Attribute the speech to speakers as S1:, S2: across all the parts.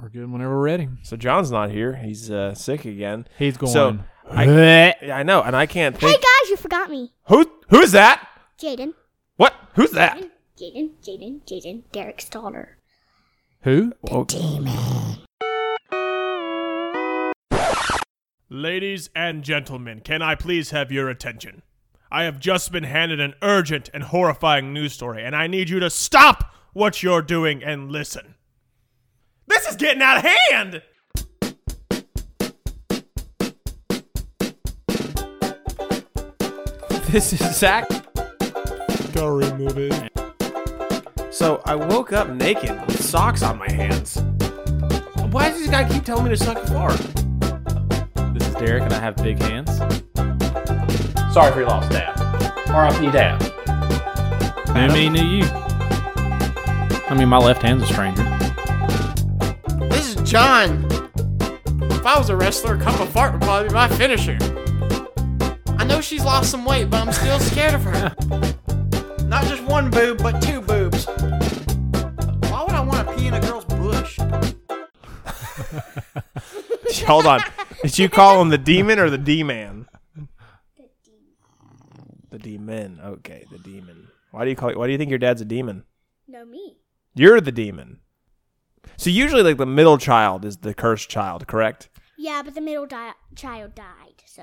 S1: We're good whenever we're ready.
S2: So John's not here. He's uh, sick again.
S1: He's going.
S2: So I,
S1: Bleh.
S2: yeah, I know, and I can't
S3: Hey
S2: think.
S3: guys, you forgot me.
S2: Who who's that?
S3: Jaden.
S2: What? Who's that?
S3: Jaden, Jaden, Jaden, Derek's daughter.
S1: Who?
S4: Ladies and gentlemen, can I please have your attention? I have just been handed an urgent and horrifying news story, and I need you to stop what you're doing and listen. This is getting out of hand!
S1: This is Zach.
S5: Go remove it.
S2: So I woke up naked with socks on my hands. Why does this guy keep telling me to suck a fart?
S1: This is Derek, and I have big hands.
S2: Sorry for your loss, Dad. RIP, Dad.
S1: New me, new you. I mean, my left hand's a stranger.
S6: This is John. If I was a wrestler, a cup of fart would probably be my finisher. I know she's lost some weight, but I'm still scared of her. Not just one boob, but two boobs. Why would I want to pee in a girl's bush?
S2: Hold on. Did you call him the demon or the D-man? The demon. Okay, the demon. Why do you call? Why do you think your dad's a demon?
S3: No, me.
S2: You're the demon. So usually, like the middle child is the cursed child, correct?
S3: Yeah, but the middle di- child died, so.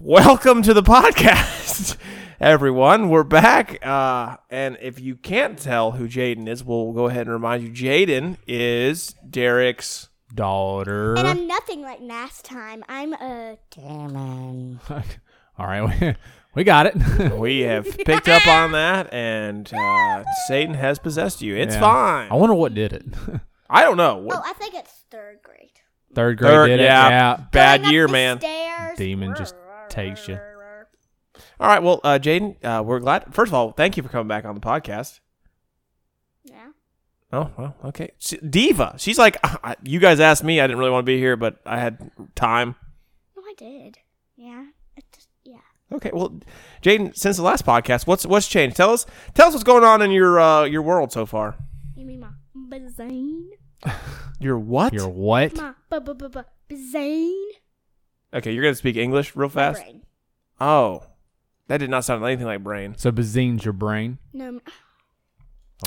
S2: Welcome to the podcast, everyone. We're back, uh, and if you can't tell who Jaden is, we'll go ahead and remind you. Jaden is Derek's.
S1: Daughter.
S3: And I'm nothing like last time. I'm a demon.
S1: All right, we, we got it.
S2: We have picked up on that, and uh, Satan has possessed you. It's
S1: Yeah.
S2: fine.
S1: I wonder what did it.
S2: I don't know.
S3: Oh,
S2: What,
S3: I think it's third grade.
S1: Third grade
S2: Third-
S1: did
S2: yeah.
S1: it. Yeah.
S2: bad
S3: Going up
S2: year,
S3: the
S2: man.
S3: Stairs.
S1: Demon just takes you.
S2: All right. Well, uh, Jaden, uh, we're glad. First of all, thank you for coming back on the podcast.
S3: Yeah.
S2: Oh, well, okay. She, Diva. She's like, "Ah, I, you guys asked me. I didn't really want to be here, but I had time.
S3: No, I did. Yeah. It just, yeah.
S2: Okay. Well, Jaden, since the last podcast, what's what's changed? Tell us, tell us what's going on in your uh, your world so far.
S3: You mean my bazane?
S2: Your what?
S1: Your what?
S3: My bu- bu- bu- bu- bazane?
S2: okay, you're gonna speak English real fast.
S3: Brain.
S2: Oh, that did not sound anything like brain.
S1: So bazine's your brain. Oh,
S3: No,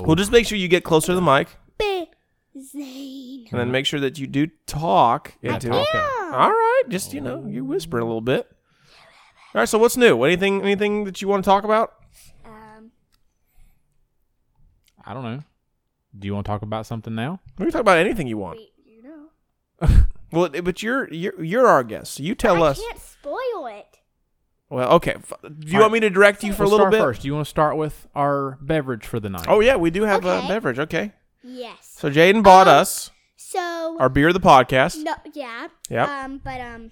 S2: Well, just make sure you get closer to the mic,
S3: bazane.
S2: and then make sure that you do talk into it. All right, just you know, you whispering a little bit. All right, so what's new? Anything anything that you want to talk about?
S3: Um,
S1: I don't know. Do you want to talk about something now?
S2: We can talk about anything you want.
S3: wait, you know.
S2: Well, it- but you're you're you're our guest, so you tell
S3: I
S2: us.
S3: can't spoil it.
S2: Well, okay. f- Do you want me to direct you for a
S1: We'll
S2: little
S1: start
S2: bit?
S1: first. Do you want to start with our beverage for the night?
S2: Oh yeah, we do have a
S3: Okay.
S2: beverage. Okay,
S3: Yes.
S2: so Jaden bought
S3: Um,
S2: us
S3: So.
S2: our beer, of the podcast.
S3: No, yeah.
S2: Yep.
S3: Um, but um,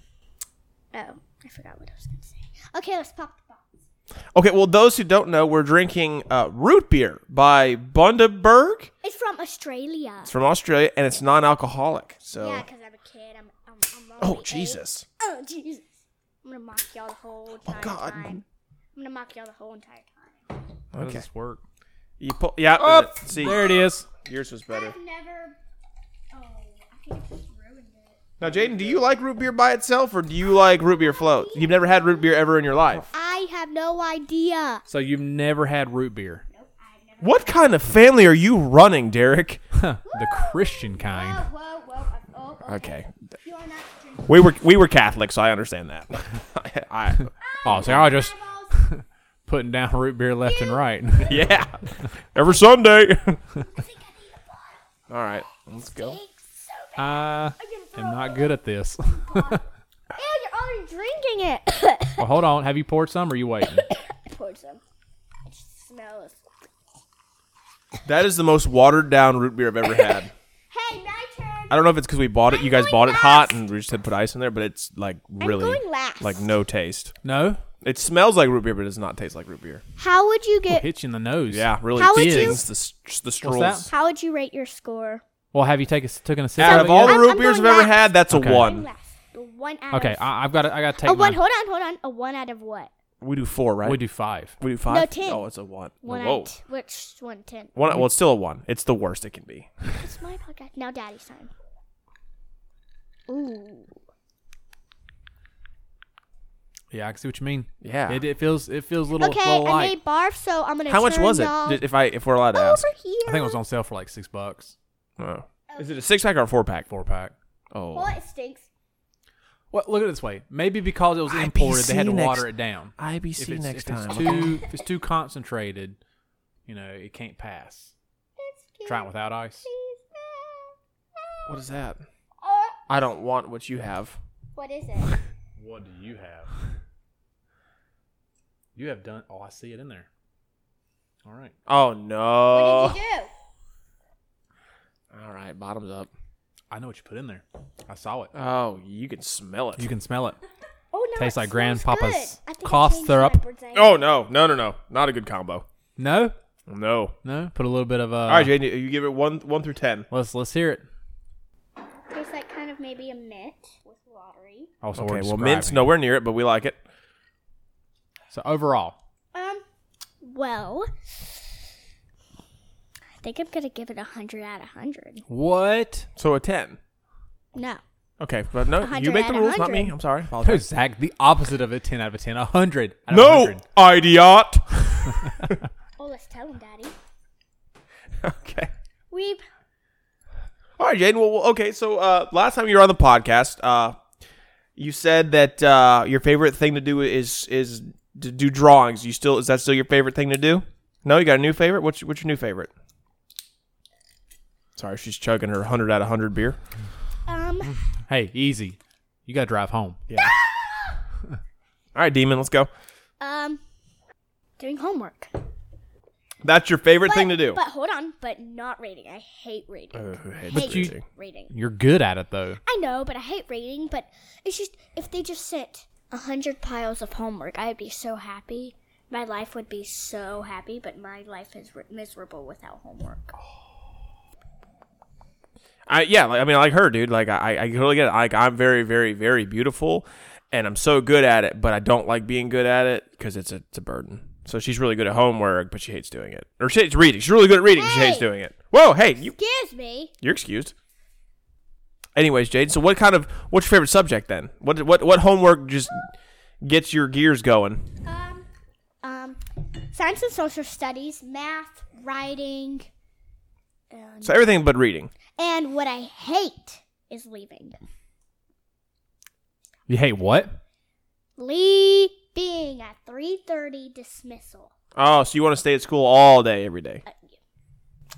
S3: oh, I forgot what I was gonna say. Okay, let's pop the bottle.
S2: Okay, well, those who don't know, we're drinking uh, root beer by Bundaberg.
S3: It's from Australia.
S2: It's from Australia and it's non-alcoholic. So,
S3: Yeah, because I'm a kid. I'm. I'm, I'm only
S2: oh
S3: eight.
S2: Jesus, Oh,
S3: Oh Jesus! I'm gonna mock y'all the whole entire
S2: God.
S3: time. I'm gonna mock y'all the whole entire time.
S1: How does
S2: okay.
S1: this work?
S2: you pull, yeah.
S1: Oh,
S2: see,
S1: there it is.
S2: yours was better.
S3: I've never. Oh, I think I just ruined it.
S2: Now, Jaden, do you like root beer by itself, or do you like root beer float? You've never had root beer ever in your life.
S3: I have no idea.
S1: So you've never had root beer,
S2: What kind of family are you running, Derek?
S1: Huh, the Christian kind.
S3: whoa, whoa! Oh,
S2: Okay,
S3: You are not
S2: Oh,
S3: drinking.
S2: we were we were Catholic, so I understand that. I, I,
S1: Oh, so I just putting down root beer left and right.
S2: yeah, every Sunday. All right, let's go.
S1: I am not good at this.
S3: Ew, you're already drinking it.
S1: Well, hold on. Have you poured some? Or are you waiting?
S3: poured some. It just smells.
S2: That is the most watered down root beer I've ever had.
S3: Hey, my turn.
S2: I
S1: Uh,
S2: don't know if it's because we bought it. You guys bought it hot, and we just had put ice in there, but it's like really
S3: going last.
S2: like no taste.
S1: No.
S2: It smells like root beer, but it does not taste like root beer.
S3: How would you get?
S1: Hit you in the nose.
S2: Yeah, really
S3: How would you-
S2: stings the s- the strolls.
S1: that?
S3: How would you rate your score?
S1: Well, have you taken taken a sip?
S2: Out
S1: of
S2: of
S1: it
S2: all
S1: yet?
S2: the
S3: I'm-
S2: root
S3: I'm
S2: beers I've
S3: going
S2: ever
S3: last.
S2: had, that's a
S1: Okay.
S2: one.
S3: Last. The One out.
S1: Mm. Okay,
S3: Of,
S1: I, I've got. I got to
S3: a
S1: take.
S3: one.
S1: my,
S3: Hold on, hold on. A one out of what?
S2: We do four, right?
S1: We do five.
S2: We do five.
S3: No, ten.
S2: Oh, it's a one.
S3: One
S2: Whoa.
S3: out. Which one? Ten.
S2: One. Well, it's still a one. It's the worst it can be.
S3: It's my podcast. Now daddy's time. Ooh.
S1: Yeah, I can see what you mean.
S2: Yeah.
S1: It, it feels it feels a little,
S3: okay,
S1: little
S3: I
S1: light.
S3: made barf, so I'm gonna
S2: How much
S3: turn
S2: was it?
S3: y'all
S2: Just If I if we're allowed to
S3: over
S2: ask.
S3: here.
S1: I think it was on sale for like six bucks,
S2: Oh. Is it a six pack or a four pack?
S1: four pack.
S2: Oh.
S3: Well, it stinks.
S1: Well, look at it this way. Maybe because it was
S2: IBC
S1: imported, they had to
S2: next-
S1: water it down.
S2: IBC
S1: If it's,
S2: next
S1: if it's
S2: time.
S1: Too, if it's too concentrated, you know, it can't pass.
S3: It's cute.
S1: Try it without ice.
S3: Please, Ah.
S2: What is that?
S3: no. Uh,
S2: I don't want what you have.
S3: what is it?
S1: What do you have? You have done. Oh, I see it in there. All right.
S2: Oh no.
S3: What did you
S1: Uh,
S3: do?
S2: All right, bottoms up.
S1: I know what you put in there. I saw it.
S2: Oh, you can smell it.
S1: You can smell it.
S3: Oh no!
S1: Tastes
S3: it
S1: like
S3: smells
S1: Grandpapa's
S3: good. I think I
S1: cough
S3: changed
S1: syrup.
S3: my bird's eye.
S2: Oh no, no, no, no, not a good combo.
S1: No,
S2: No.
S1: no. Put a little bit of uh.
S2: All right, Jaden, you give it one one through ten.
S1: Let's let's hear it.
S3: Tastes like kind of maybe a mint with watery.
S1: Also,
S2: okay, Oh, well, mint's nowhere near it, but we like it.
S1: So overall,
S3: Um. Well, I think I'm gonna give it a hundred out of hundred.
S1: what?
S2: So a ten.
S3: No.
S2: Okay, but no, you
S3: 100
S2: make the
S3: out of
S2: rules, not me.
S3: 100.
S2: I'm sorry.
S1: No,
S2: Apologize.
S1: Oh, Zach, the opposite of a ten out of a ten. A hundred. out of
S2: No,
S1: 100.
S2: idiot.
S3: Oh, let's tell him, Daddy.
S2: okay.
S3: Weep.
S2: All right, Jaden. Well, well, okay. So uh, last time you were on the podcast, uh, you said that uh, your favorite thing to do is is to do drawings. You still is that still your favorite thing to do? No, you got a new favorite. What's what's your new favorite? Sorry, she's chugging her hundred out of hundred beer.
S3: Um.
S1: Hey, easy. You gotta drive home.
S2: All right, demon, let's go.
S3: Um. Doing homework.
S2: That's your favorite thing to do.
S3: But hold on. But not reading. I hate reading.
S2: hate
S3: hate
S1: reading.
S2: Uh.
S3: reading.
S1: You're good at it though.
S3: I know, but I hate reading. But it's just if they just sent a hundred piles of homework, I'd be so happy. My life would be so happy, but my life is ri miserable without homework.
S2: I yeah, like, I mean, like her, dude. Like I, I totally get it. Like I'm very, very, very beautiful, and I'm so good at it, but I don't like being good at it because it's a, it's a burden. So she's really good at homework, but she hates doing it, or she hates reading. She's really good at reading, but she hates
S3: Hey!
S2: doing it. Whoa, hey, you,
S3: Excuse me.
S2: you're excused. Anyways, Jade. So what kind of what's your favorite subject then? What what what homework just gets your gears going?
S3: Um, um, science and social studies, math, writing, and,
S2: So everything but reading.
S3: and what I hate is leaving.
S1: You hate what?
S3: Leaving at three thirty dismissal.
S2: Oh, so you want to stay at school all day every day?
S3: Uh, yeah.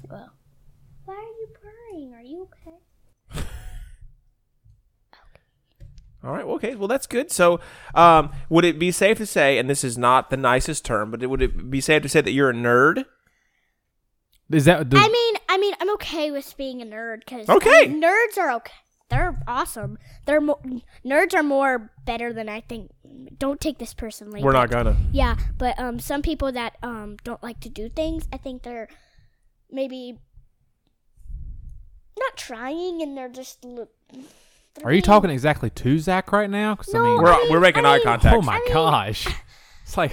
S3: Well, why are you purring? Are you okay?
S2: All right. well, Okay. Well, that's good. So, um, would it be safe to say, and this is not the nicest term, but it, would it be safe to say that you're a nerd?
S1: Is that?
S3: I mean, I mean, I'm okay with being a nerd because
S2: Okay.
S3: nerds are okay. They're awesome. They're mo- nerds are more better than I think. Don't take this personally.
S2: We're
S3: but-
S2: not gonna.
S3: Yeah, but um, some people that um don't like to do things, I think they're maybe not trying, and they're just. Li- they're
S1: are you
S3: being-
S1: talking exactly to Zach right now? 'Cause, I
S3: No,
S1: mean,
S2: We're
S3: mean,
S2: we're making
S3: I
S2: eye
S3: mean-
S2: contact.
S1: oh my
S3: I mean-
S1: gosh, it's like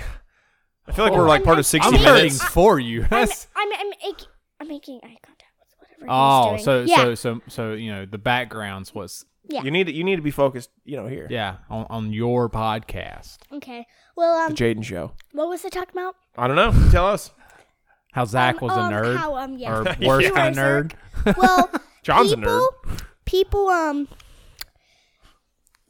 S2: I feel like we're like part of 60
S1: I'm
S3: mean-
S1: hurting
S2: minutes.
S1: for you.
S3: I'm,
S1: That's-
S3: I'm, I'm, ac- I'm making eye contact with whatever.
S1: oh,
S3: he's
S1: so
S3: doing. yeah,
S1: so so so you know the background's what's
S3: yeah.
S2: You need to, you need to be focused. You know here.
S1: yeah on on your podcast.
S3: okay. Well,
S2: The
S3: um,
S2: Jaden Show.
S3: what was I talking about?
S2: I don't know. You Tell us.
S1: How Zach was
S3: um,
S1: a nerd
S3: how, um, yeah.
S1: or
S2: Yeah.
S1: worse
S2: You
S1: than a
S3: are,
S1: nerd.
S3: Well,
S2: John's a
S3: people, people, um,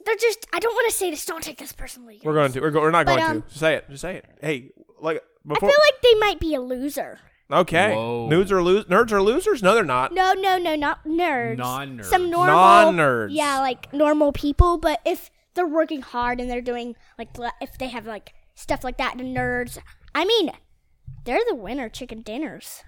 S3: they're just. I don't want to say this. Don't take this personally.
S2: We're going to. We're, go, we're not
S3: But,
S2: going
S3: um,
S2: to. Just say it. Just say it. Hey, like
S3: I
S2: before.
S3: feel like they might be a loser.
S2: okay.
S1: Whoa.
S2: Nudes are lose. Nerds are losers. No, they're not.
S3: No, no, no, not nerds.
S1: Non-nerds.
S3: Some normal
S2: Non-nerds.
S3: Yeah, like normal people. But if they're working hard and they're doing like, le- if they have like stuff like that, the nerds. I mean, they're the winner chicken dinners.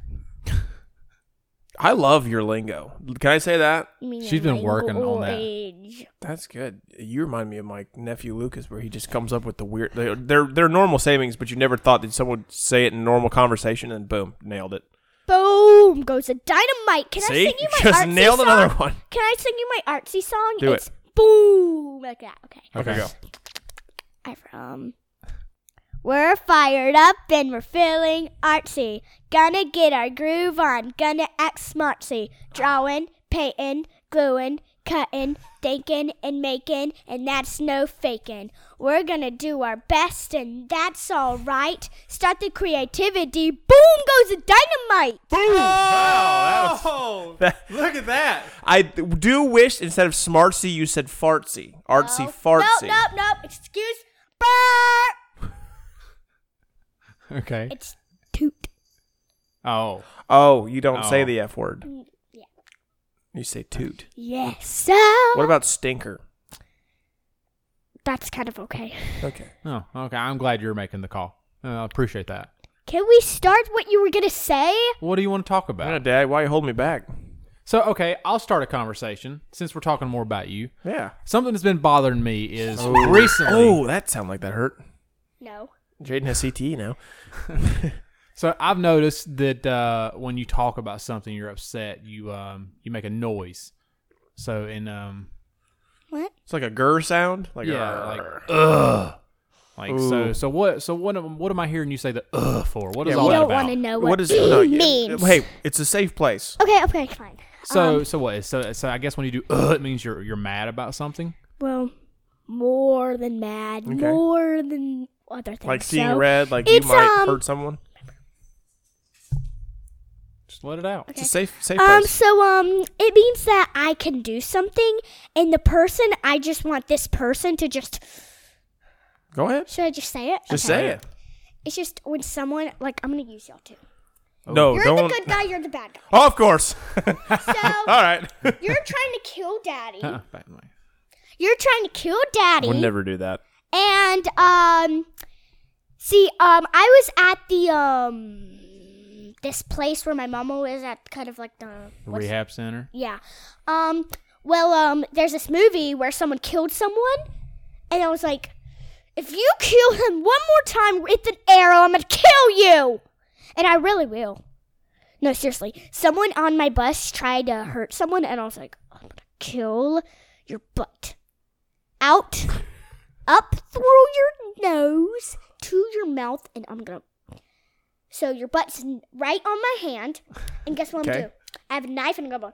S2: I love your lingo. Can I say that?
S3: I mean,
S1: She's been working on
S3: old
S1: that.
S3: age.
S2: That's good. You remind me of my nephew Lucas, where he just comes up with the weird. They're they're, they're normal savings, but you never thought that someone would say it in normal conversation, and boom, nailed it.
S3: Boom goes the dynamite. Can
S2: See,
S3: I sing you my
S2: just
S3: artsy
S2: nailed
S3: song?
S2: another one.
S3: Can I sing you my artsy song?
S2: Do it.
S3: it's boom like that. Okay.
S2: Okay, go.
S3: I um We're fired up and we're feeling artsy. Gonna get our groove on, gonna act smartsy. Drawing, painting, gluing, cutting, thinking, and making, and that's no faking. We're gonna do our best, and that's alright. Start the creativity. Boom goes the dynamite!
S6: Oh, look at that.
S2: I do wish instead of smartsy you said fartsy,
S3: Oh.
S2: artsy, fartsy.
S3: Nope, nope, nope. Excuse. Burr!
S1: Okay.
S3: It's toot.
S1: Oh.
S2: Oh, you don't say
S1: Oh.
S2: the f word.
S3: yeah.
S2: You say toot.
S3: Yes. So
S2: What about stinker?
S3: that's kind of okay.
S2: Okay.
S1: Oh, okay. I'm glad you're making the call. Uh, I appreciate that.
S3: Can we start what you were gonna say?
S1: What do you want to talk about?
S2: Yeah, Dad, why you holding me back?
S1: So, okay, I'll start a conversation since we're talking more about you.
S2: Yeah.
S1: Something that's been bothering me is recently.
S2: Oh, that sounded like that hurt.
S3: No.
S2: Jaden has CTE now.
S1: So I've noticed that uh, when you talk about something, you're upset. You um, you make a noise. So in um,
S3: What?
S2: It's like a gur sound. Like a,
S1: yeah, like ugh. Like so, so what? So what? Am, what am I hearing you say the ugh for? What is
S2: Yeah,
S1: all
S3: You
S2: what
S1: that
S3: don't
S1: about?
S3: want to know what,
S2: what is no, it-
S3: means.
S2: Hey, it's a safe place.
S3: Okay. Okay. Fine.
S2: um,
S1: so so what? So so I guess when you do ugh, it means you're you're mad about something.
S3: Well, more than mad, more than other things.
S2: Like seeing
S3: so
S2: red, like you
S3: it's,
S2: might
S3: um,
S2: hurt someone.
S1: Just let it out.
S2: It's a safe safe
S3: Um.
S2: place.
S3: So um, it means that I can do something, and the person I just want this person to just.
S2: Go ahead.
S3: Should I just say it?
S2: Just
S3: Okay.
S2: say it.
S3: It's just when someone like I'm gonna use y'all too.
S2: No,
S3: You're
S2: don't.
S3: the good guy. You're the bad guy.
S2: Oh, of course.
S3: So
S2: All right.
S3: you're trying to kill daddy.
S1: Uh-uh, back away.
S3: You're trying to kill daddy.
S2: Would never do that.
S3: And um see, um I was at the um this place where my mama was at kind of like the what's-
S1: Rehab center.
S3: Yeah. Um well um there's this movie where someone killed someone and I was like if you kill him one more time with an arrow, I'm gonna kill you and I really will. No, seriously. Someone on my bus tried to hurt someone and I was like, I'm gonna kill your butt. Out up through your nose to your mouth, and I'm gonna. So your butt's n- right on my hand, and guess what I'm
S2: Okay.
S3: gonna do? I have a knife, and I'm gonna.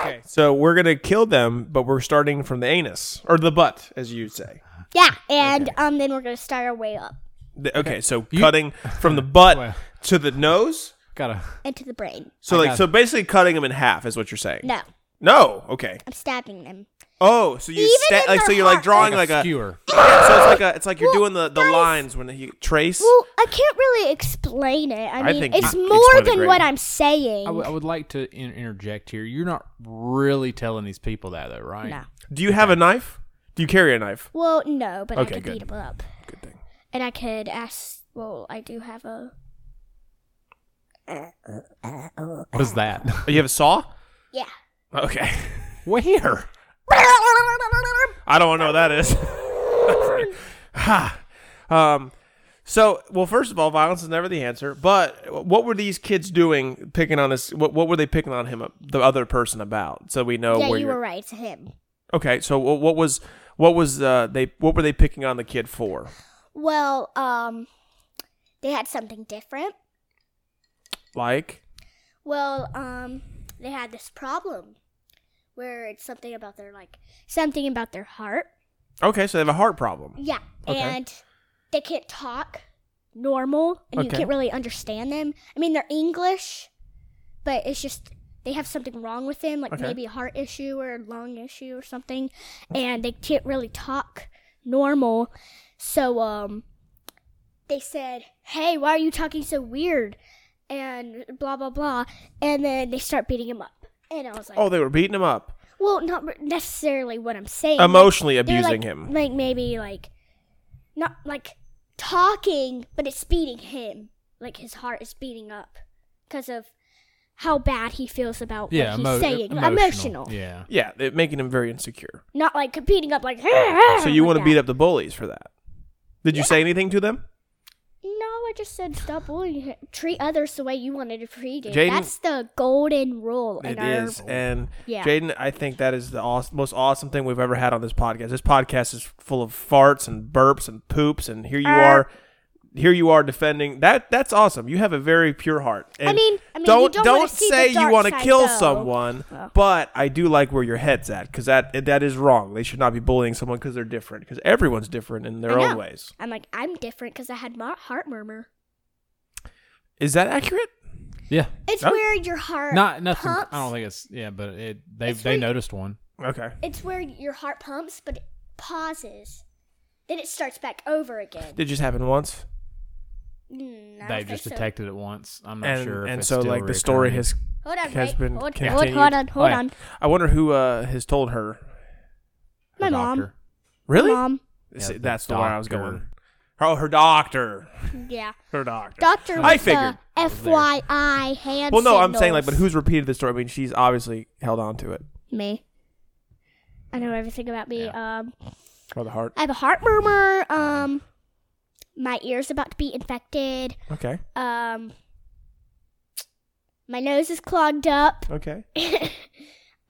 S2: Okay. So we're gonna kill them, but we're starting from the anus or the butt, as you say.
S3: Yeah, and um, then we're gonna start our way up
S2: The- okay, So cutting from the butt
S1: Well.
S2: to the nose.
S1: Gotta.
S3: into the brain.
S2: So like
S1: got
S2: so basically cutting them in half is what you're saying.
S3: No,
S2: No, Okay.
S3: I'm stabbing them.
S2: Oh, so you
S3: Even
S2: sta-
S3: in
S2: like so
S3: their
S2: you're like
S3: heart.
S2: drawing like a,
S1: skewer.
S2: yeah, so it's like a it's like you're
S3: Well,
S2: doing the the
S3: guys-
S2: lines when you trace.
S3: Well, I can't really explain it. I
S2: I
S3: mean,
S2: think
S3: it's
S2: you
S3: more
S2: explained it
S3: than
S2: great.
S3: what I'm saying.
S1: I, w- I would like to in- interject here. You're not really telling these people that, though, right?
S3: No.
S2: Do you have a knife? Do you carry a knife?
S3: Well, no, but
S2: Okay,
S3: I could
S2: good.
S3: beat them up,
S2: Good thing.
S3: and I could ask. Well, I do have a.
S1: What is that?
S2: Oh, you have a saw?
S3: Yeah.
S2: Okay.
S1: Where?
S2: I don't know what that is. ha. Um so well first of all violence is never the answer, but what were these kids doing picking on this what what were they picking on him uh, the other person about so we know
S3: yeah,
S2: where
S3: you
S2: you're
S3: were right. It's him.
S2: Okay, so wh- what was what was uh, they what were they picking on the kid for?
S3: Well, um, they had something different.
S2: Like
S3: Well, um, they had this problem where it's something about their like something about their heart.
S2: Okay, so they have a heart problem.
S3: Yeah,
S2: Okay.
S3: and they can't talk normal, and you
S2: Okay.
S3: can't really understand them. I mean, they're English, but it's just they have something wrong with them, like
S2: Okay.
S3: maybe a heart issue or a lung issue or something, and they can't really talk normal. So, um, they said, "Hey, why are you talking so weird?" and blah blah blah, and then they start beating him up. And I was like,
S2: Oh, they were beating him up,
S3: well, not re- necessarily what I'm saying.
S2: emotionally
S3: They're,
S2: abusing
S3: like-
S2: him.
S3: Like maybe like not like talking, but it's beating him. Like his heart is beating up because of how bad he feels about
S1: Yeah,
S3: what he's
S1: emo- e-,
S3: saying.
S1: emotional.
S3: Emotional.
S1: Yeah.
S2: Yeah, they're making him very insecure.
S3: Not like competing up like
S2: So you want to beat up the bullies for that? Did you say anything to them?
S3: No, I just said stop bullying him. Treat others the way you wanted to be treated.
S2: Jaden-
S3: That's the golden rule. in
S2: It
S3: our-
S2: is, and
S3: Yeah.
S2: Jaden, I think that is the awes- most awesome thing we've ever had on this podcast. This podcast is full of farts and burps and poops, and here you
S3: Uh,
S2: are, here you are defending that. That's awesome. You have a very pure heart. And
S3: mean- I mean, you
S2: don't
S3: don't wanna
S2: don't
S3: see the
S2: say you
S3: dark
S2: want to
S3: side,
S2: kill
S3: though.
S2: someone, but I do like where your head's at because that that is wrong. They should not be bullying someone because they're different. Because everyone's different in their
S3: I
S2: own
S3: know.
S2: ways.
S3: I'm like, I'm different because I had my heart murmur.
S2: Is that accurate?
S1: Yeah.
S3: It's
S2: Oh.
S3: where your heart
S1: Not nothing.
S3: pumps.
S1: I don't think it's yeah, but it they
S3: It's
S1: they
S3: like-
S1: noticed one.
S2: Okay.
S3: It's where your heart pumps, but it pauses. Then it starts back over again.
S2: It just happened once.
S3: Mm, I don't
S1: They
S3: think
S1: just
S3: so.
S1: detected it once. I'm not
S2: and
S1: sure. if
S2: and
S1: it's
S2: so
S1: still
S2: like the story
S1: reoccurring.
S2: has
S3: Hold on,
S2: has
S3: wait.
S2: been
S3: hold, hold,
S2: continued.
S3: hold on, hold
S1: Oh, yeah.
S3: on.
S2: I wonder who uh, has told her.
S1: Her
S3: My mom.
S1: doctor.
S2: Really?
S3: Mom.
S2: See,
S1: the
S2: that's the where I was
S1: doctor.
S2: going. Oh, her doctor.
S3: Yeah.
S2: Her doctor.
S3: Doctor
S2: I
S3: with the
S2: figured
S3: FYI hand
S2: well, no, I'm saying like, but
S3: signals.
S2: who's repeated the story? I mean, she's obviously held on to it.
S3: Me. I know everything about me. Um,
S2: Or the heart.
S3: I have a heart murmur. Um, my ear's about to be infected.
S2: Okay.
S3: Um, my nose is clogged up.
S2: Okay.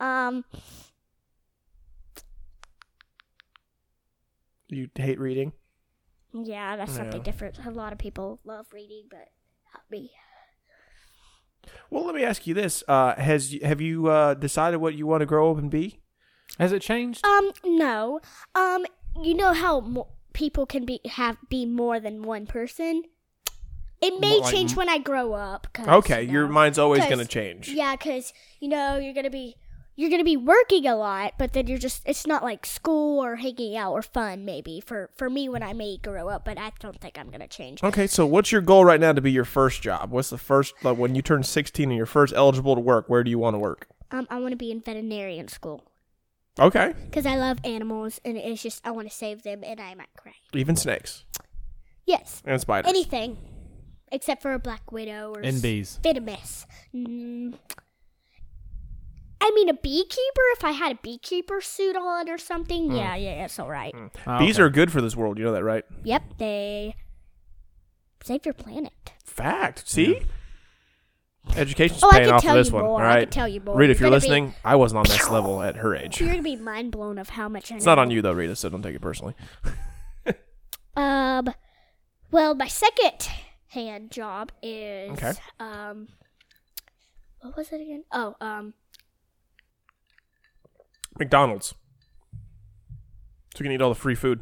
S3: Um,
S2: You hate reading.
S3: yeah, that's something
S2: Yeah.
S3: different. A lot of people love reading, but not me.
S2: Well, let me ask you this: uh, Has y- have you uh, decided what you want to grow up and be?
S1: Has it changed?
S3: Um, no. Um, you know how mo- people can be have be more than one person. It may
S1: More like
S3: change
S1: m-
S3: when I grow up. 'cause,
S2: Okay,
S3: you
S2: your
S3: know.
S2: mind's always going to
S3: 'Cause-
S2: change.
S3: Yeah, because you know you're gonna be you're gonna be working a lot, but then you're just it's not like school or hanging out or fun maybe for for me when I may grow up, but I don't think I'm gonna change.
S2: Okay, so what's your goal right now to be your first job? What's the first like when you turn 16 and you're first eligible to work? Where do you want to work?
S3: Um, I want to be in veterinarian school
S2: Okay,
S3: because I love animals and it's just I want to save them and I might cry.
S2: even snakes
S3: Yes,
S2: and spiders.
S3: anything except for a black widow or
S1: And bees.
S3: venomous. Mm. I mean, a beekeeper. If I had a beekeeper suit on or something,
S2: Hmm.
S3: yeah, yeah, it's all right.
S1: Oh,
S2: Bees
S1: okay.
S2: are good for this world. You know that, right?
S3: Yep, they save your planet.
S2: Fact. See? Education's
S3: Oh, I
S2: paying
S3: can
S2: off for
S3: tell
S2: this
S3: you
S2: one.
S3: more.
S2: All
S3: I
S2: right.
S3: can tell you more.
S2: Rita, if you're
S3: You're gonna be-
S2: listening, I wasn't on this level at her age.
S3: You're gonna be mind blown of how much I know.
S2: It's not on you though, Rita, so don't take it personally.
S3: Um, well, my second hand job is
S2: Okay.
S3: um, what was it again? Oh, um,
S2: McDonald's. So you can eat all the free food.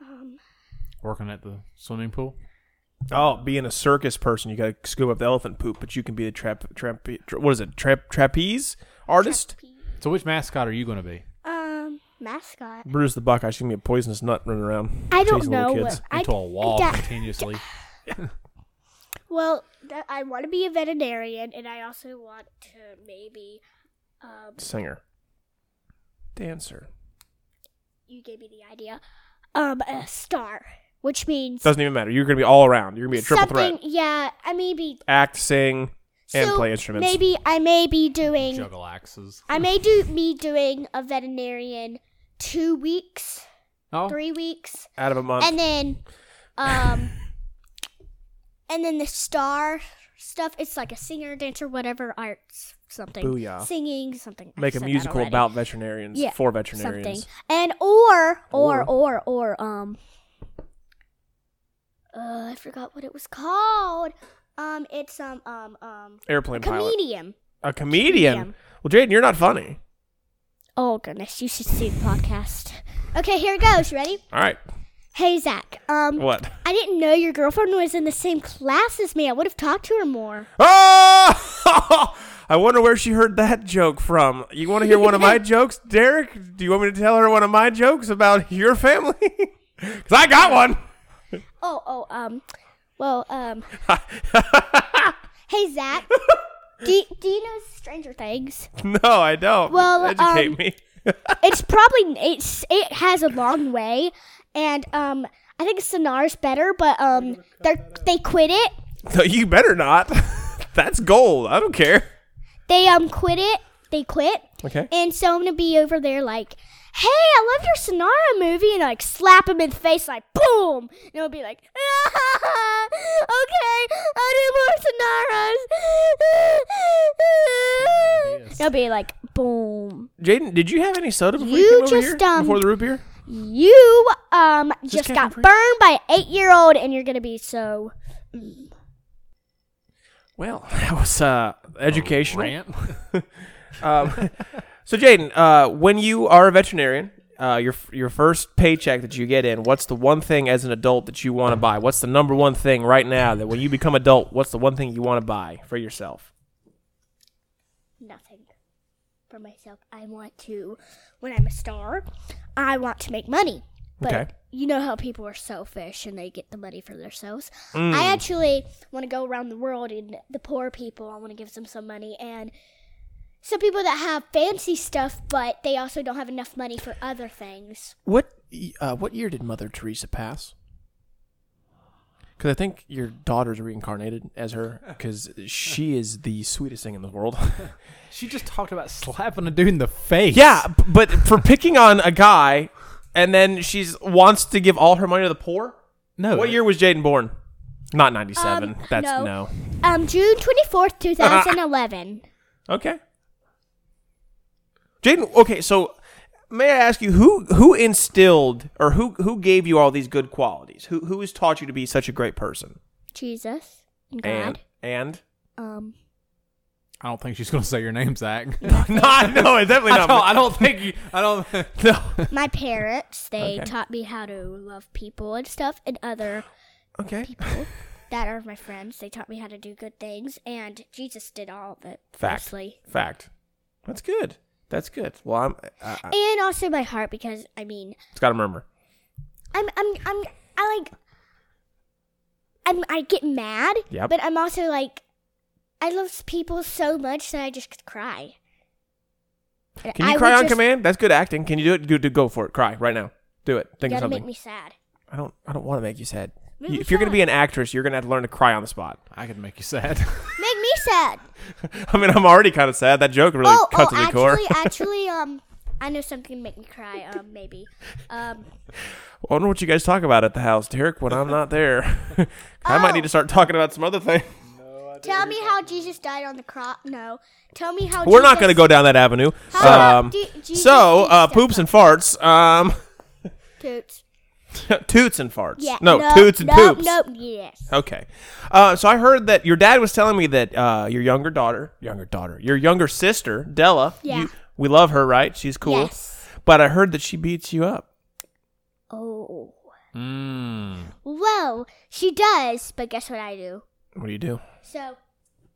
S3: um,
S1: working at the swimming pool.
S2: Oh, being a circus person, you gotta scoop up the elephant poop, but you can be a trap trap tra- what is it? Trap trapeze artist?
S1: So which mascot are you going to be?
S3: um, mascot.
S2: Bruce the Buckeye, she's gonna be a poisonous nut running around.
S3: I don't
S2: chasing
S3: know.
S2: little
S3: What,
S2: kids.
S3: I,
S1: Into a wall
S3: I-
S1: continuously.
S3: Well, th- I want to be a veterinarian, and I also want to maybe. Um,
S2: Singer. Dancer.
S3: you gave me the idea. Um, a star, which means
S2: Doesn't even matter. You're gonna be all around. You're gonna be a triple
S3: something.
S2: threat.
S3: Yeah, I may be
S2: Act, sing, and
S3: so
S2: play instruments.
S3: Maybe I may be doing.
S1: Juggle axes.
S3: I may do me doing a veterinarian two weeks,
S1: Oh,
S3: three weeks,
S2: out of a month.
S3: and then, um, and then the star stuff. It's like a singer, dancer, whatever, arts, something,
S2: Booyah.
S3: singing, something. I
S2: make a
S3: said that
S2: musical
S3: already.
S2: about veterinarians
S3: Yeah,
S2: for veterinarians.
S3: something, and or or
S2: Or.
S3: or or um, uh, I forgot what it was called. Um, it's um um um
S2: Airplane pilot.
S3: comedian.
S2: A comedian.
S3: Comedian.
S2: Well, Jaden, you're not funny.
S3: Oh goodness, you should see the podcast. Okay, here it goes. You ready?
S2: All right.
S3: Hey Zach. Um,
S2: What?
S3: I didn't know your girlfriend was in the same class as me. I would have talked to her more.
S2: Oh! I wonder where she heard that joke from. You want to hear one of my jokes, Derek? Do you want me to tell her one of my jokes about your family? Because I got one.
S3: Oh, oh, um, well, um. hey Zach. Do, do you know Stranger Things?
S2: No, I don't.
S3: Well,
S2: educate
S3: um,
S2: me.
S3: It's probably it's it has a long way, and um I think Sonar's better, but um they they quit it.
S2: No, you better not. That's gold. I don't care.
S3: They um quit it. They quit.
S2: Okay.
S3: And so I'm gonna be over there like, hey, I love your Sonara movie, and like slap him in the face, like boom, and it'll be like, okay, I'll do more Sonaras. it'll be like boom.
S2: Jaden, did you have any soda before you,
S3: You
S2: came over
S3: just,
S2: here?
S3: um,
S2: before the root beer?
S3: You um just
S2: came
S3: got
S2: from-
S3: burned by an eight-year-old, and you're gonna be so.
S2: Well, that was uh,
S6: Oh,
S2: educational.
S1: Rant.
S2: Um, so, Jaden, uh, when you are a veterinarian, uh, your your first paycheck that you get in, what's the one thing as an adult that you want to buy? What's the number one thing right now that when you become adult, what's the one thing you want to buy for yourself?
S3: nothing for myself. I want to, when I'm a star, I want to make money. But
S2: Okay.
S3: you know how people are selfish and they get the money for themselves.
S2: Mm.
S3: I actually want to go around the world and the poor people, I want to give them some money. And some people that have fancy stuff, but they also don't have enough money for other things.
S6: What y- uh, what year did Mother Teresa pass? Because I think your daughter's reincarnated as her, because she is the sweetest thing in the world.
S1: She just talked about slapping a dude in the face.
S2: Yeah, b- but for picking on a guy, and then she's wants to give all her money to the poor.
S1: No.
S2: What year was Jaden born? Not ninety seven.
S3: Um,
S2: That's
S3: no.
S2: no.
S3: Um, June 24th, 2011.
S2: Okay. Jaden, okay, so may I ask you who who instilled or who who gave you all these good qualities? Who who has taught you to be such a great person?
S3: Jesus and
S2: And
S3: God.
S2: and
S3: um,
S1: I don't think she's gonna say your name, Zach.
S2: no, I- no, it's definitely
S1: I,
S2: not.
S1: don't, I don't think you. I don't.
S2: no.
S3: my parents they
S2: Okay.
S3: taught me how to love people and stuff and other
S2: Okay.
S3: people that are my friends they taught me how to do good things and jesus did all of it
S2: Fact.
S3: mostly.
S2: Fact. That's good. That's good. Well, I'm I, I,
S3: and also my heart because i mean
S2: it's got to murmur.
S3: i'm i'm i'm i like i'm i get mad
S2: Yep.
S3: but i'm also like i love people so much that i just could cry And
S2: Can you
S3: I
S2: cry
S3: would
S2: on
S3: just-
S2: command? That's good acting. Can you do it? Do, do go for it. Cry right now. Do it.
S3: you
S2: Think of
S3: gotta
S2: something.
S3: make me sad
S2: I don't. I don't want to make you sad.
S3: Make
S2: You-
S3: me
S2: if you're gonna be
S3: sad.
S2: an actress, you're gonna have to learn to cry on the spot.
S1: I could make you sad.
S3: make me sad
S2: I mean, I'm already kind of sad. That joke really
S3: oh,
S2: cut
S3: oh,
S2: to the
S3: actually,
S2: core.
S3: actually, um, I know something to make me cry. Um, maybe. Um,
S2: I wonder what you guys talk about at the house, Derek, when I'm not there. I might
S3: Oh.
S2: need to start talking about some other thing.
S3: tell me how Jesus died on the cross. No, tell me how.
S2: We're not
S3: Jesus-
S2: going to go down that avenue.
S3: How
S2: Um,
S3: did Jesus
S2: so,
S3: do
S2: uh,
S3: stuff
S2: poops and
S3: like-
S2: farts. Um,
S3: Toots.
S2: toots and farts.
S3: Yeah.
S2: no, toots and
S3: nope,
S2: poops.
S3: Nope. Yes.
S2: Okay. Uh, so I heard that your dad was telling me that uh, your younger daughter, younger daughter, your younger sister, Della.
S3: Yeah.
S2: you- we love her, right? She's cool.
S3: Yes.
S2: But I heard that she beats you up.
S3: Oh.
S1: mm.
S3: Well, she does, but guess what I do?
S2: What do you do?
S3: So,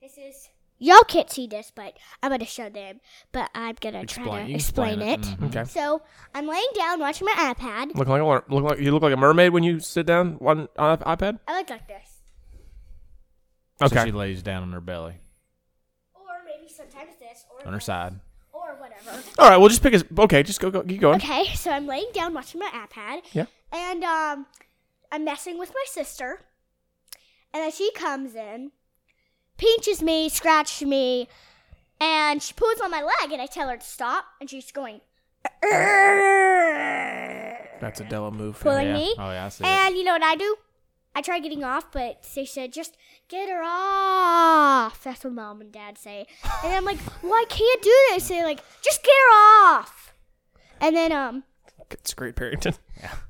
S3: this is. Y'all can't see this, but I'm gonna show them. But I'm gonna try
S1: Explain.
S3: to
S1: You explain Mm-hmm.
S3: explain,
S1: it.
S3: it.
S2: Okay.
S3: So I'm laying down watching my iPad.
S2: Look like a, look like you look like a mermaid when you sit down on on iPad.
S3: I look like this.
S1: So
S2: Okay.
S1: she lays down on her belly,
S3: Or maybe sometimes this. Or
S1: on her side.
S3: Or whatever.
S2: All right. Well, just pick a. Okay. Just go. go keep going.
S3: Okay, so I'm laying down watching my iPad.
S2: Yeah.
S3: And um, I'm messing with my sister. And then she comes in, pinches me, scratches me, and she pulls on my leg, and I tell her to stop, and she's going,
S2: That's a Della move.
S3: pulling
S1: yeah.
S3: me.
S1: Oh yeah, I see. it.
S3: And you know what I do? I try getting off, but they said, just get her off. That's what mom and dad say. And I'm like, well, I can't do this. And they're like, just get her off. And then, um,
S2: It's great parenting.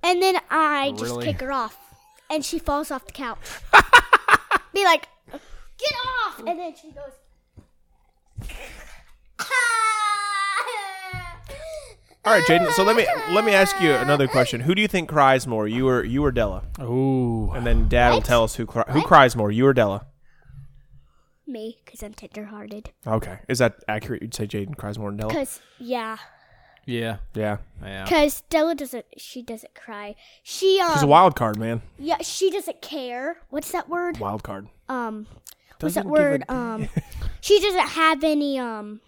S3: And then I just
S1: Really?
S3: kick her off, and she falls off the couch. Be like, get off! And then she goes.
S2: All right, Jaden. So let me let me ask you another question. Who do you think cries more? You or you or Della?
S1: Ooh.
S2: And then Dad will
S3: What?
S2: tell us who cri- who cries more. You or Della?
S3: Me, because I'm tenderhearted.
S2: Okay. Is that accurate? You'd say Jaden cries more than Della.
S3: Because, yeah.
S1: Yeah.
S2: Oh. Yeah.
S1: Yeah.
S3: Because Della doesn't, she doesn't cry. She,
S2: He's a
S3: um,
S2: wild card, man.
S3: yeah, she doesn't care. What's that word?
S2: Wild card.
S3: Um, what's
S2: Doesn't
S3: that
S2: give a
S3: word? Um, she doesn't have any, um,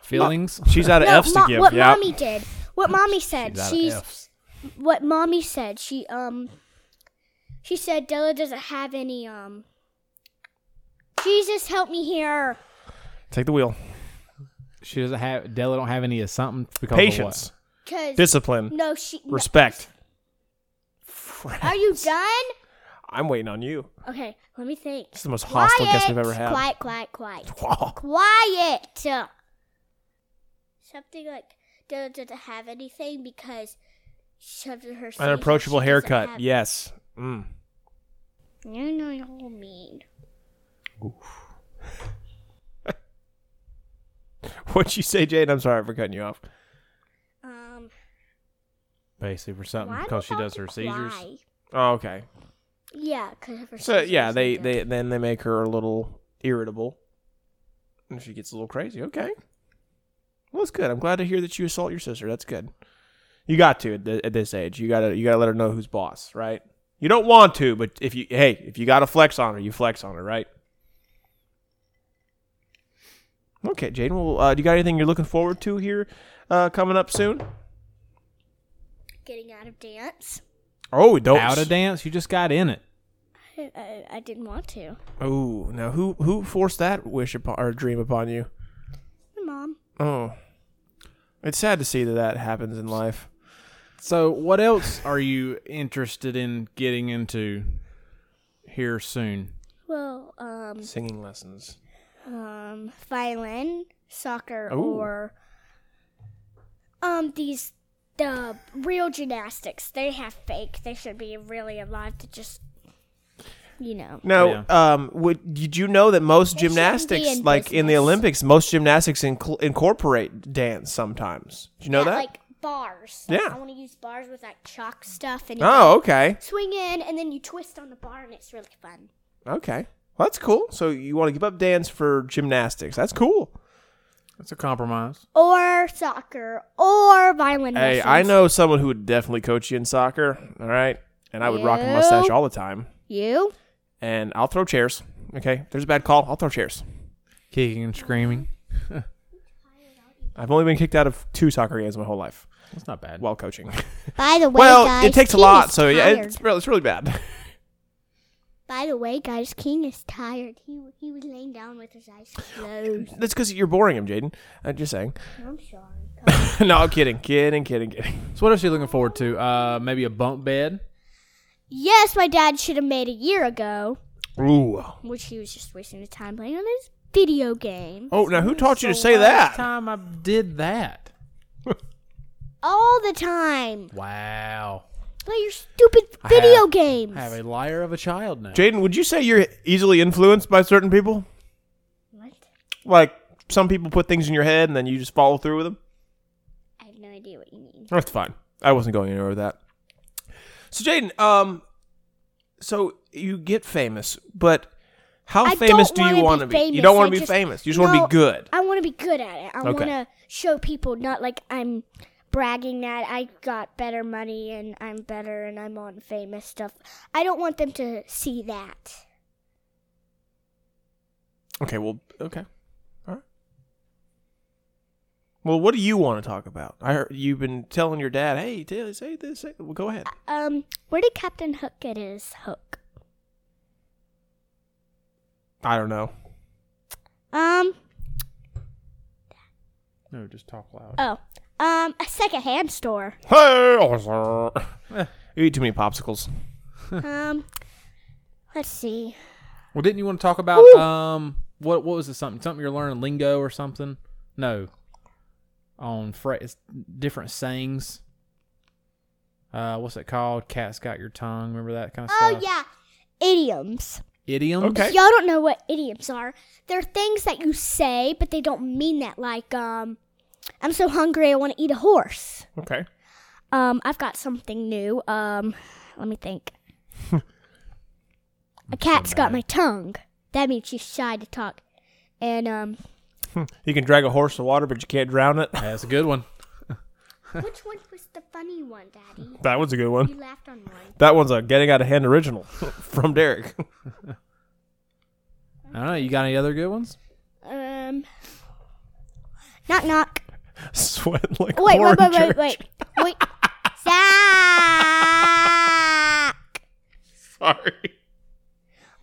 S1: Feelings.
S2: She's out of
S3: no,
S2: F's
S3: mo-
S2: to give.
S3: what
S2: yeah.
S3: mommy did. What mommy said.
S1: She's out of
S3: She's,
S1: Fs.
S3: what mommy said. She um she said Della doesn't have any um Jesus help me here.
S2: Take the wheel.
S1: She doesn't have Della don't have any of something because of what?
S2: Patience.
S3: Cause
S2: Discipline.
S3: no, she. no.
S2: Respect.
S3: Are you done?
S2: I'm waiting on you.
S3: Okay, let me think.
S2: This is the most hostile guest we've ever had.
S3: Quiet, quiet, quiet.
S2: Wow.
S3: quiet. Something like doesn't doesn't have anything because she of her.
S2: An approachable
S3: she doesn't
S2: haircut.
S3: have-
S2: Yes. Mm.
S3: You know you're all mean.
S2: What'd you say, Jade? I'm sorry for cutting you off.
S3: Um.
S1: Basically, for something
S3: why
S1: because
S3: do
S1: she does
S3: dogs
S1: her seizures.
S3: cry?
S2: Oh, okay.
S3: Yeah, because of her.
S2: So
S3: seizures
S2: yeah, they,
S3: do.
S2: they then they make her a little irritable, and she gets a little crazy. Okay, well that's good. I'm glad to hear that you assault your sister. That's good. You got to at, th- at this age. You gotta you gotta let her know who's boss, right? You don't want to, but if you hey, if you gotta flex on her, you flex on her, right? Okay, Jaden. Well, uh, do you got anything you're looking forward to here uh, coming up soon?
S3: getting out of dance.
S2: Oh, don't
S1: Out of dance, you just got in it.
S3: I, I, I didn't want to.
S2: Oh, now who who forced that wish upon or dream upon you?
S3: My mom.
S2: Oh, it's sad to see that that happens in life.
S1: So, what else are you interested in getting into here soon?
S3: Well, um,
S2: Singing lessons.
S3: um, violin, soccer,
S2: Ooh.
S3: or um these the real gymnastics. They have fake. They should be really alive to just you know.
S2: Now, um, would did you know that most
S3: shouldn't be
S2: gymnastics,
S3: in
S2: like in the
S3: business.
S2: Olympics, most gymnastics inc- incorporate dance sometimes? Did you know
S3: Yeah,
S2: that?
S3: like bars. Like,
S2: Yeah.
S3: I want to use bars with like chalk stuff and you
S2: oh, okay,
S3: swing in and then you twist on the bar and it's really fun.
S2: okay. Well, that's cool. So you want to give up dance for gymnastics? That's cool.
S1: That's a compromise.
S3: Or soccer or violin.
S2: Hey,
S3: lessons.
S2: I know someone who would definitely coach you in soccer. All right, and I would rock a
S3: You?
S2: mustache all the time.
S3: you.
S2: And I'll throw chairs. Okay, if there's a bad call. I'll throw chairs.
S1: Kicking and screaming.
S2: I've only been kicked out of two soccer games my whole life
S1: That's not bad.
S2: while coaching.
S3: By the way,
S2: well,
S3: guys,
S2: it takes a
S3: King
S2: lot,
S3: is
S2: so yeah,
S3: tired.
S2: it's really, it's really bad.
S3: By the way, guys, King is tired. He he was laying down with his eyes closed.
S2: That's because you're boring him, Jaden. I'm just saying.
S3: I'm sorry.
S2: no, I'm kidding, kidding, kidding, kidding.
S1: So, what else are you looking forward to? Uh, maybe a bunk bed.
S3: Yes, my dad should have made a year ago,
S2: Ooh.
S3: which he was just wasting his time playing on his video game.
S2: Oh, now who taught you to
S1: So
S2: say
S1: last
S2: that?
S1: Time I did that.
S3: All the time.
S1: Wow.
S3: Play your stupid
S1: I
S3: video
S1: have-
S3: games.
S1: I have a liar of a child now.
S2: Jaden, would you say you're easily influenced by certain people?
S3: What?
S2: Like some people put things in your head and then you just follow through with them.
S3: I have no idea what you mean.
S2: That's fine. I wasn't going anywhere with that. So Jaden, um, so you get famous, but how
S3: I
S2: famous
S3: don't
S2: do you
S3: wanna
S2: want to
S3: be
S2: be? You
S3: famous.
S2: don't
S3: I
S2: want to be
S3: just-
S2: famous. You just
S3: No,
S2: want to be good.
S3: I want to be good at it. I
S2: Okay.
S3: want to show people, not like I'm bragging that I got better money and I'm better and I'm on famous stuff. I don't want them to see that.
S2: Okay, well, okay. All right. Well, what do you want to talk about? I heard you've been telling your dad, "Hey, Taylor, say this." Say, well, go ahead.
S3: Um, where did Captain Hook get his hook?
S2: I don't know.
S3: Um,
S1: No, just talk loud.
S3: oh, um, a secondhand store.
S2: Hey, officer. you eat too many popsicles.
S3: um, let's see.
S1: Well, didn't you want to talk about um what what was it something something you're learning lingo or something? No. On phrase different sayings. Uh, what's it called? Cat's got your tongue. Remember that kind of
S3: Oh
S1: stuff.
S3: yeah, idioms.
S1: Idioms.
S2: Okay.
S3: Y'all don't know what idioms are. They're things that you say, but they don't mean that. Like, um, I'm so hungry, I want to eat a horse.
S2: Okay.
S3: Um, I've got something new. Um, let me think. a cat's got my tongue. That means she's shy to talk. And um,
S2: You can drag a horse to water, but you can't drown it.
S1: That's a good one.
S3: which one was the funny one, Daddy?
S2: that one's a good one.
S3: You laughed on one.
S2: That one's a getting out of hand original from Derek.
S1: I don't know. You got any other good ones?
S3: Um, knock knock.
S2: Sweat like
S3: Wait,
S2: Warren
S3: wait, wait, wait,
S2: Church.
S3: wait, wait. Zach.
S2: Sorry.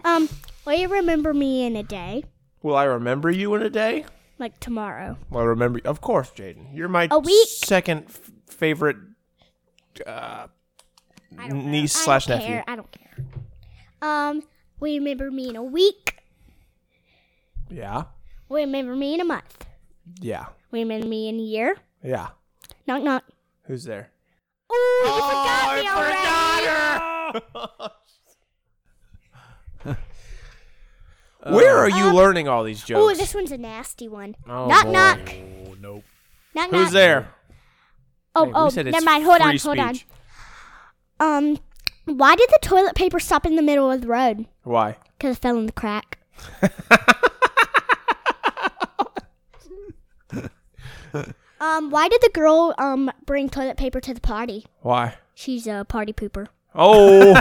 S3: Um, will you remember me in a day?
S2: Will I remember you in a day?
S3: Like tomorrow.
S2: Well, I remember, of course, Jaden. You're my
S3: A week.
S2: second f- favorite
S3: I don't know.
S2: niece
S3: I
S2: slash
S3: don't
S2: nephew?
S3: care. I don't care. Um, will you remember me in a week?
S2: Yeah,
S3: Will you remember me in a month?
S2: yeah,
S3: Will you remember me in a year?
S2: yeah.
S3: Knock knock.
S2: Who's there?
S3: Ooh, you forgot me already.
S2: Where are you learning all these
S3: Um, Ooh,
S2: jokes?
S3: this one's a nasty one.
S2: Oh,
S3: knock
S2: boy.
S3: knock. Knock knock.
S2: Who's there?
S3: Oh,
S2: Hey, we
S3: oh,
S2: said it's
S3: never mind. Hold on,
S2: free
S3: hold
S2: speech.
S3: on. Um, why did the toilet paper stop in the middle of the road?
S2: Why?
S3: Because it fell in the crack. um, why did the girl um bring toilet paper to the party?
S2: Why?
S3: She's a party pooper.
S2: Oh,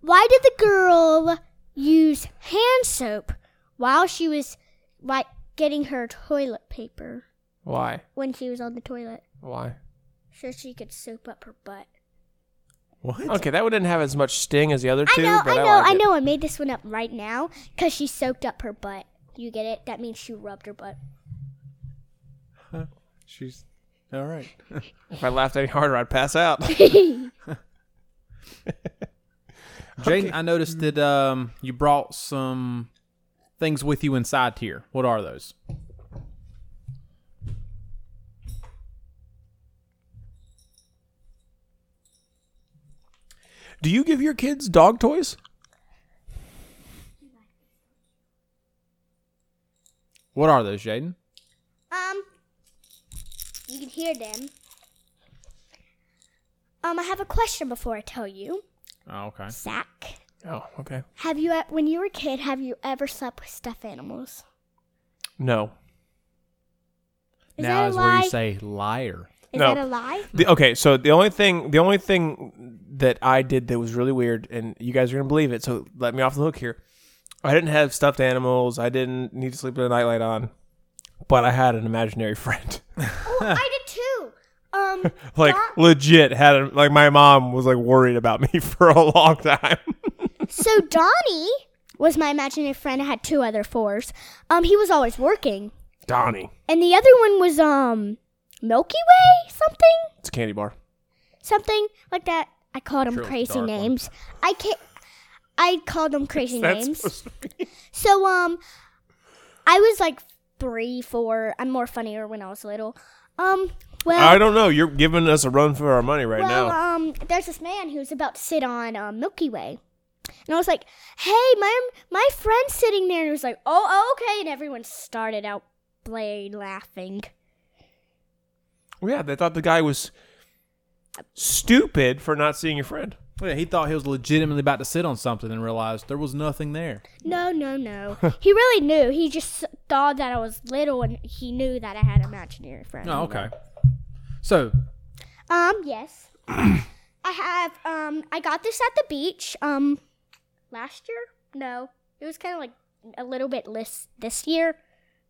S3: Why did the girl use hand soap while she was like getting her toilet paper
S2: why?
S3: when she was on the toilet
S2: Why?
S3: so she could soap up her butt?
S2: Okay, that one didn't have as much sting as the other two,
S3: I know,
S2: but
S3: I
S2: I,
S3: know,
S2: like
S3: I
S2: it.
S3: know. I made this one up right now because she soaked up her butt. You get it? That means she rubbed her butt.
S1: She's all right.
S2: If I laughed any harder, I'd pass out.
S1: Jaden, I noticed that um, you brought some things with you inside here. What are those?
S2: Do you give your kids dog toys?
S1: What are those, Jaden?
S3: Um, you can hear them. Um, I have a question before I tell you,
S1: Oh, okay.
S3: Zach.
S2: Oh, okay.
S3: Have you, e- when you were a kid, have you ever slept with stuffed animals?
S2: No.
S3: Is
S1: now
S3: that a
S1: is
S3: lie?
S1: where you say liar.
S3: Is
S2: No.
S3: that a lie?
S2: The, okay, so the only thing the only thing that I did that was really weird, and you guys are gonna believe it, so let me off the hook here. I didn't have stuffed animals. I didn't need to sleep with a nightlight on, but I had an imaginary friend.
S3: Oh, I did too. Um,
S2: like
S3: Doc-
S2: legit had a, like my mom was like worried about me for a long time.
S3: so Donnie was my imaginary friend. I had two other fours. Um, he was always working,
S2: Donnie,
S3: and the other one was um Milky Way something.
S2: it's a candy bar.
S3: something like that. I called them crazy names. I can't. I called them crazy names. So um, I was like three, four. I'm more funnier when I was little.
S2: I
S3: Um, well,
S2: don't know. You're giving us a run for our money right
S3: well,
S2: now.
S3: um, there's this man who was about to sit on um, Milky Way, and I was like, "Hey, my my friend's sitting there," and he was like, "Oh, oh, okay," and everyone started out playing laughing.
S2: Well, yeah, they thought the guy was stupid for not seeing your friend.
S1: Yeah, he thought he was legitimately about to sit on something and realized there was nothing there.
S3: No, no, no. he really knew. He just thought that I was little, and he knew that I had an imaginary friend.
S1: Oh, okay. So,
S3: Um, yes. I have. Um, I got this at the beach. Um, last year? No, it was kind of like a little bit less this year,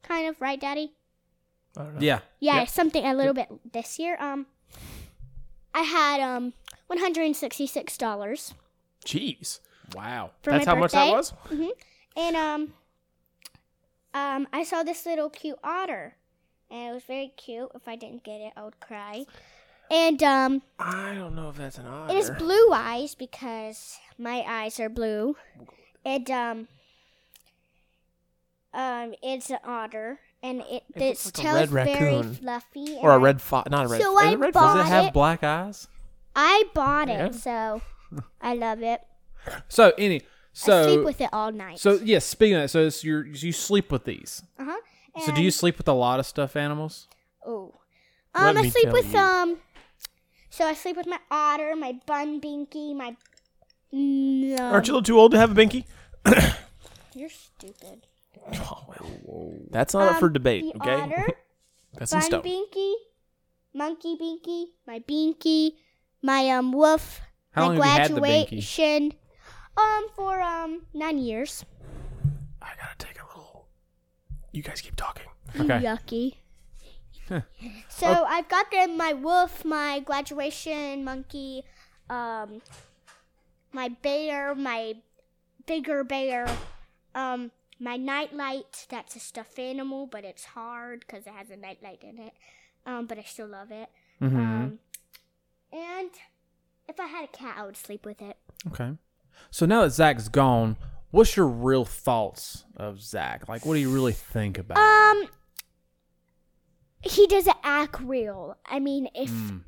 S3: kind of right, Daddy?
S1: yeah,
S3: Yeah, something a little bit this year. Um, I had um one hundred and sixty-six dollars
S2: Jeez,
S1: wow.
S3: for
S2: that's
S3: my
S2: how much that
S3: birthday. Mm-hmm.
S2: was.
S3: And um, um, I saw this little cute otter, and it was very cute. If I didn't get it, I would cry. And um,
S2: I don't know if that's an
S3: it has blue eyes because my eyes are blue. And um, um, it's an otter, and it, its
S2: looks like a
S3: tail
S2: red
S3: is very
S2: raccoon.
S3: fluffy.
S2: or a
S3: and I-
S2: red fox, not a red.
S3: So
S2: fo- is
S3: I
S2: it red
S3: bought-
S2: fox?
S1: Does it have
S3: it.
S1: black eyes?
S3: I bought
S2: Yeah.
S3: it, so I love it.
S1: So, any so
S3: I sleep with it all night.
S1: so yeah. Speaking of that, so it's your you sleep with these.
S3: uh huh.
S1: So, do you sleep with a lot of stuffed animals?
S3: Oh.
S2: Let
S3: Um, I
S2: me
S3: sleep
S2: tell
S3: with
S2: you.
S3: um. So I sleep with my otter, my bun binky, my. No.
S2: Aren't you a little too old to have a binky?
S3: You're stupid.
S2: Oh, That's not up for
S3: Um,
S2: debate.
S3: The
S2: Okay,
S3: otter,
S2: that's some
S3: bun
S2: stuff.
S3: binky, monkey binky, my binky, my um wolf.
S1: How
S3: my
S1: long have you had the binky?
S3: graduation. Um, for um nine years.
S2: I gotta take a little. You guys keep talking.
S1: Okay.
S3: Yucky. so I've got them my wolf, my graduation monkey, um, my bear, my bigger bear, um, my nightlight. That's a stuffed animal, but it's hard because it has a nightlight in it. um, but I still love it.
S1: Mm-hmm.
S3: Um, and if I had a cat, I would sleep with it.
S1: Okay. So now that Zach's gone, what's your real thoughts of Zach? Like, what do you really think about? him?
S3: Um, he doesn't act real. I mean, if
S1: Mm.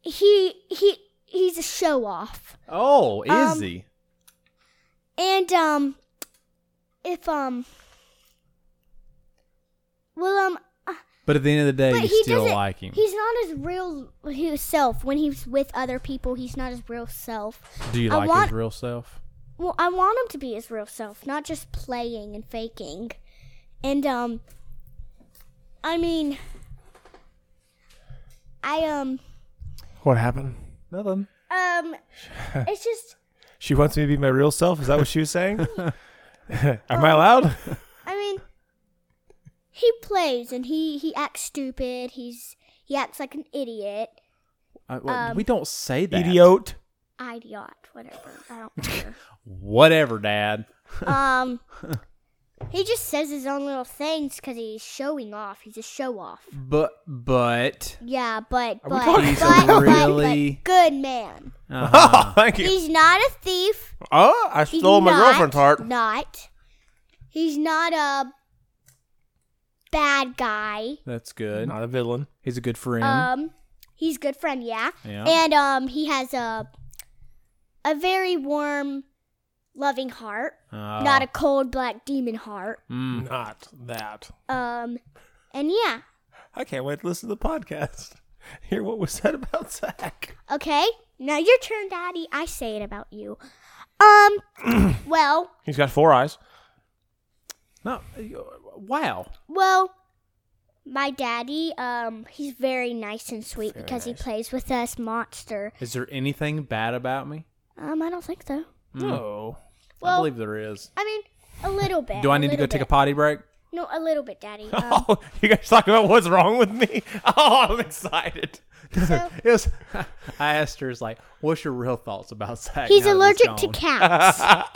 S3: he he he's a show off,
S1: Oh, is
S3: um,
S1: he?
S3: and um, if um, well um,
S1: But at the end of the day,
S3: but
S1: you
S3: he
S1: still
S3: doesn't.
S1: like him.
S3: He's not his real self when he's with other people. He's not his real self.
S1: Do you
S3: I
S1: like
S3: want-
S1: his real self?
S3: Well, I want him to be his real self, not just playing and faking. And um I mean I um
S2: What happened?
S1: Nothing.
S3: um it's just
S2: She wants me to be my real self. Is that what she was saying? Am I allowed?
S3: I mean he plays and he he acts stupid. He's he acts like an idiot,
S1: I, Uh, well,
S3: Um,
S1: we don't say that.
S2: Idiot.
S3: idiot, whatever. I don't care.
S1: Whatever, Dad.
S3: um he just says his own little things cuz he's showing off. He's a show off.
S1: But but.
S3: Yeah, but
S1: we
S3: but,
S1: talking-
S3: but,
S1: He's a
S3: but, but
S1: really-
S3: good man.
S1: uh-huh.
S2: Thank you.
S3: He's not a thief.
S2: Oh, I
S3: He's
S2: stole my
S3: not-
S2: girlfriend's heart.
S3: Not. He's not a bad guy.
S1: That's good.
S2: Not a villain.
S1: He's a good friend.
S3: Um, he's good friend, yeah.
S1: Yeah.
S3: And um, he has a a very warm, loving heart.
S2: Oh.
S1: Uh,
S3: not a cold black demon heart.
S1: mm.
S4: Not that.
S3: Um, and yeah,
S2: I can't wait to listen to the podcast. Hear what was said about Zach.
S3: okay. Now your turn, Daddy. I say it about you. Um, well,
S2: He's got four eyes.
S1: No, wow.
S3: Well, my daddy, um, he's very nice and sweet because he plays with us, Monster.
S1: Is there anything bad about me?
S3: Um, I don't think so.
S2: Oh.
S1: No. I
S3: Well-
S1: believe there is.
S3: I mean, a little bit.
S1: Do I need to go take a potty break?
S3: No, a little bit, Daddy. Um,
S2: Oh, you guys talking about what's wrong with me? Oh, I'm excited.
S3: so
S1: It was, I asked her, "Is like, what's your real thoughts about Zach?
S3: he's
S1: now that he's
S3: allergic to
S1: gone?
S3: cats.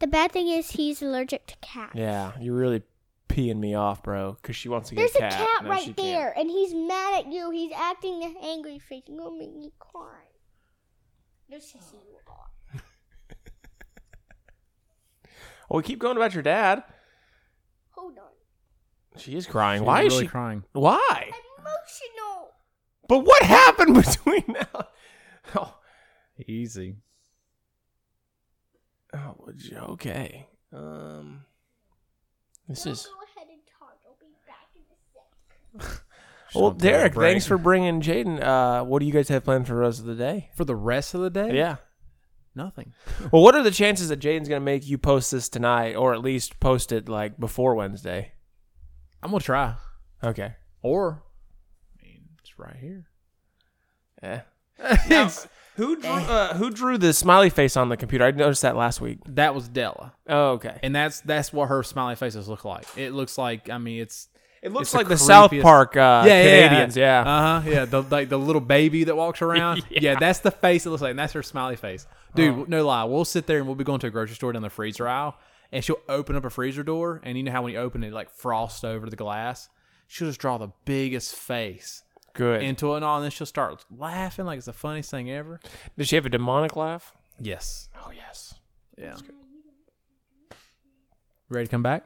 S3: the bad thing is he's allergic to cats.
S2: Yeah, you're really peeing me off, bro. Because she wants to
S3: There's
S2: get
S3: a cat right there, and he's mad at you. He's acting angry face. You're gonna make me cry. No sissy, you are.
S2: Well, we keep going about your dad.
S3: Hold on.
S2: She is crying.
S1: She's
S2: Why is
S1: really
S2: she?
S1: crying?
S2: Why?
S3: Emotional.
S2: But what happened between now? Oh,
S1: Easy.
S2: oh would you- okay. Um, this
S3: I'll
S2: is
S3: go ahead and talk. I'll be back in a sec.
S1: She's
S2: well,
S1: gonna take a
S2: Derek.
S1: break.
S2: Thanks for bringing Jaden. Uh, what do you guys have planned for the rest of the day?
S1: for the rest of the day.
S2: Yeah.
S1: nothing.
S2: Well, what are the chances that Jaden's gonna make you post this tonight, or at least post it like before Wednesday?
S1: I'm gonna try.
S2: Okay.
S1: Or, I mean, it's right here.
S2: Yeah. who drew, uh, who drew the smiley face on the computer? I noticed that last week.
S1: That was Della,
S2: Oh, okay.
S1: and that's that's what her smiley faces look like. It looks like I mean, it's
S2: It looks
S1: It's
S2: like
S1: the
S2: the, South
S1: creepiest-
S2: Park uh, Canadians. Yeah.
S1: Uh huh. Yeah. The like the little baby that walks around. yeah. Oh. that's the face it looks like. And that's her smiley face. Dude, no lie. We'll sit there and we'll be going to a grocery store down the freezer aisle, and she'll open up a freezer door, and you know how when you open it, like frost over the glass. She'll just draw the biggest face
S2: Good.
S1: into it and all, and then she'll start laughing like it's the funniest thing ever.
S2: Does she have a demonic laugh?
S1: Yes.
S2: Oh yes.
S1: Yeah. Ready to come back?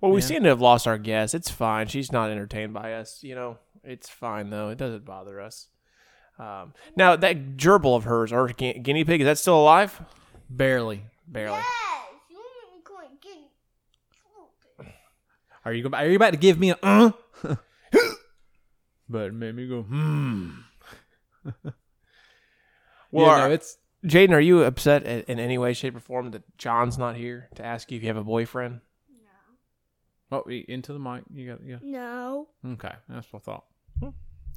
S2: Well, we
S1: Yeah.
S2: seem to have lost our guest. It's fine. She's not entertained by us. You know, it's fine though. It doesn't bother us. Um, now that gerbil of hers, or gu- guinea pig, is that still alive?
S1: Barely.
S2: Barely.
S3: Yes, you want me going again?
S1: Are you go- are you about to give me a uh? but it made me go hmm.
S2: Well,
S1: yeah,
S2: are-
S1: no, it's
S2: Jaden, are you upset i- in any way, shape, or form that John's not here to ask you if you have a boyfriend?
S1: oh, y- into the mic. You got yeah.
S3: No.
S1: Okay, that's what I thought.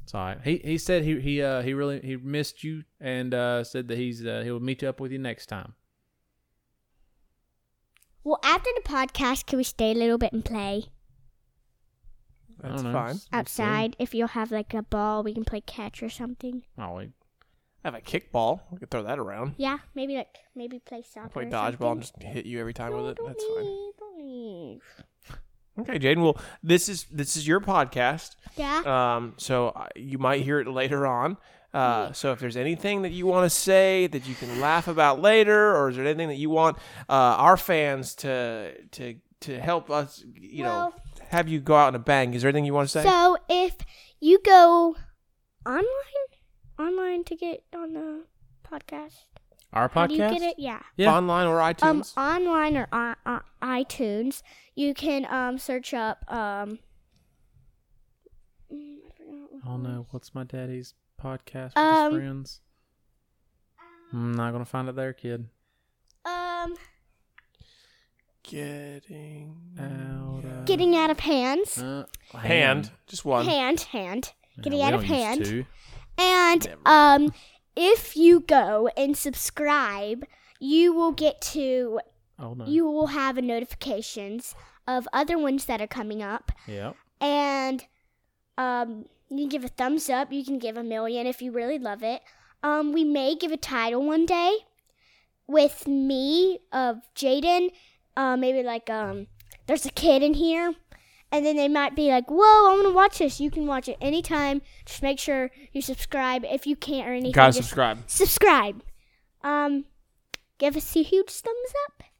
S1: It's all right. He he said he he uh he really he missed you and uh said that he's uh, he'll meet you up with you next time.
S3: Well, after the podcast, can we stay a little bit and play
S1: I
S2: That's
S1: don't know.
S2: fine.
S3: outside? If you'll have like a ball, we can play catch or something.
S1: Oh, wait.
S2: I have a kickball. We could throw that around.
S3: Yeah, maybe like maybe play soccer.
S2: Play
S3: or
S2: dodgeball and
S3: something.
S2: just hit you every time
S3: No,
S2: with it.
S3: don't
S2: That's
S3: leave,
S2: fine.
S3: Don't leave.
S2: Okay, Jaden. Well, this is this is your podcast.
S3: Yeah.
S2: Um, so uh, you might hear it later on. Uh, so if there's anything that you want to say that you can laugh about later, or is there anything that you want uh, our fans to to to help us, you know,
S3: Well-
S2: have you go out in a bang? Is there anything you want to say?
S3: So if you go online, online to get on the podcast,
S1: Our
S3: how do you
S1: podcast.
S3: get it? Yeah.
S1: Yeah.
S2: Online or iTunes?
S3: Um, online or on, on iTunes, you can um search up um. mm, I forgot what-
S1: Oh no, what's my daddy's podcast with
S3: Um,
S1: his friends? I'm not gonna find it there, kid.
S3: Um,
S2: Getting
S1: Out of-
S3: getting out of hands,
S1: Uh,
S2: hand, just one.
S3: hand, hand,
S1: Yeah,
S3: getting
S1: we
S3: out of
S1: don't use
S3: hand.
S1: two.
S3: And um, if you go and subscribe, you will get to
S1: Oh no.
S3: you will have notifications of other ones that are coming up,
S1: Yep.
S3: and um, you can give a thumbs up. You can give a million if you really love it. Um, we may give a title one day with me of Jaden. Uh, maybe like um, there's a kid in here. And then they might be like, "Whoa, I want to watch this." You can watch it anytime. Just make sure you subscribe if you can't or anything.
S2: Gotta
S3: just
S2: subscribe.
S3: subscribe. Um, give us a huge thumbs up.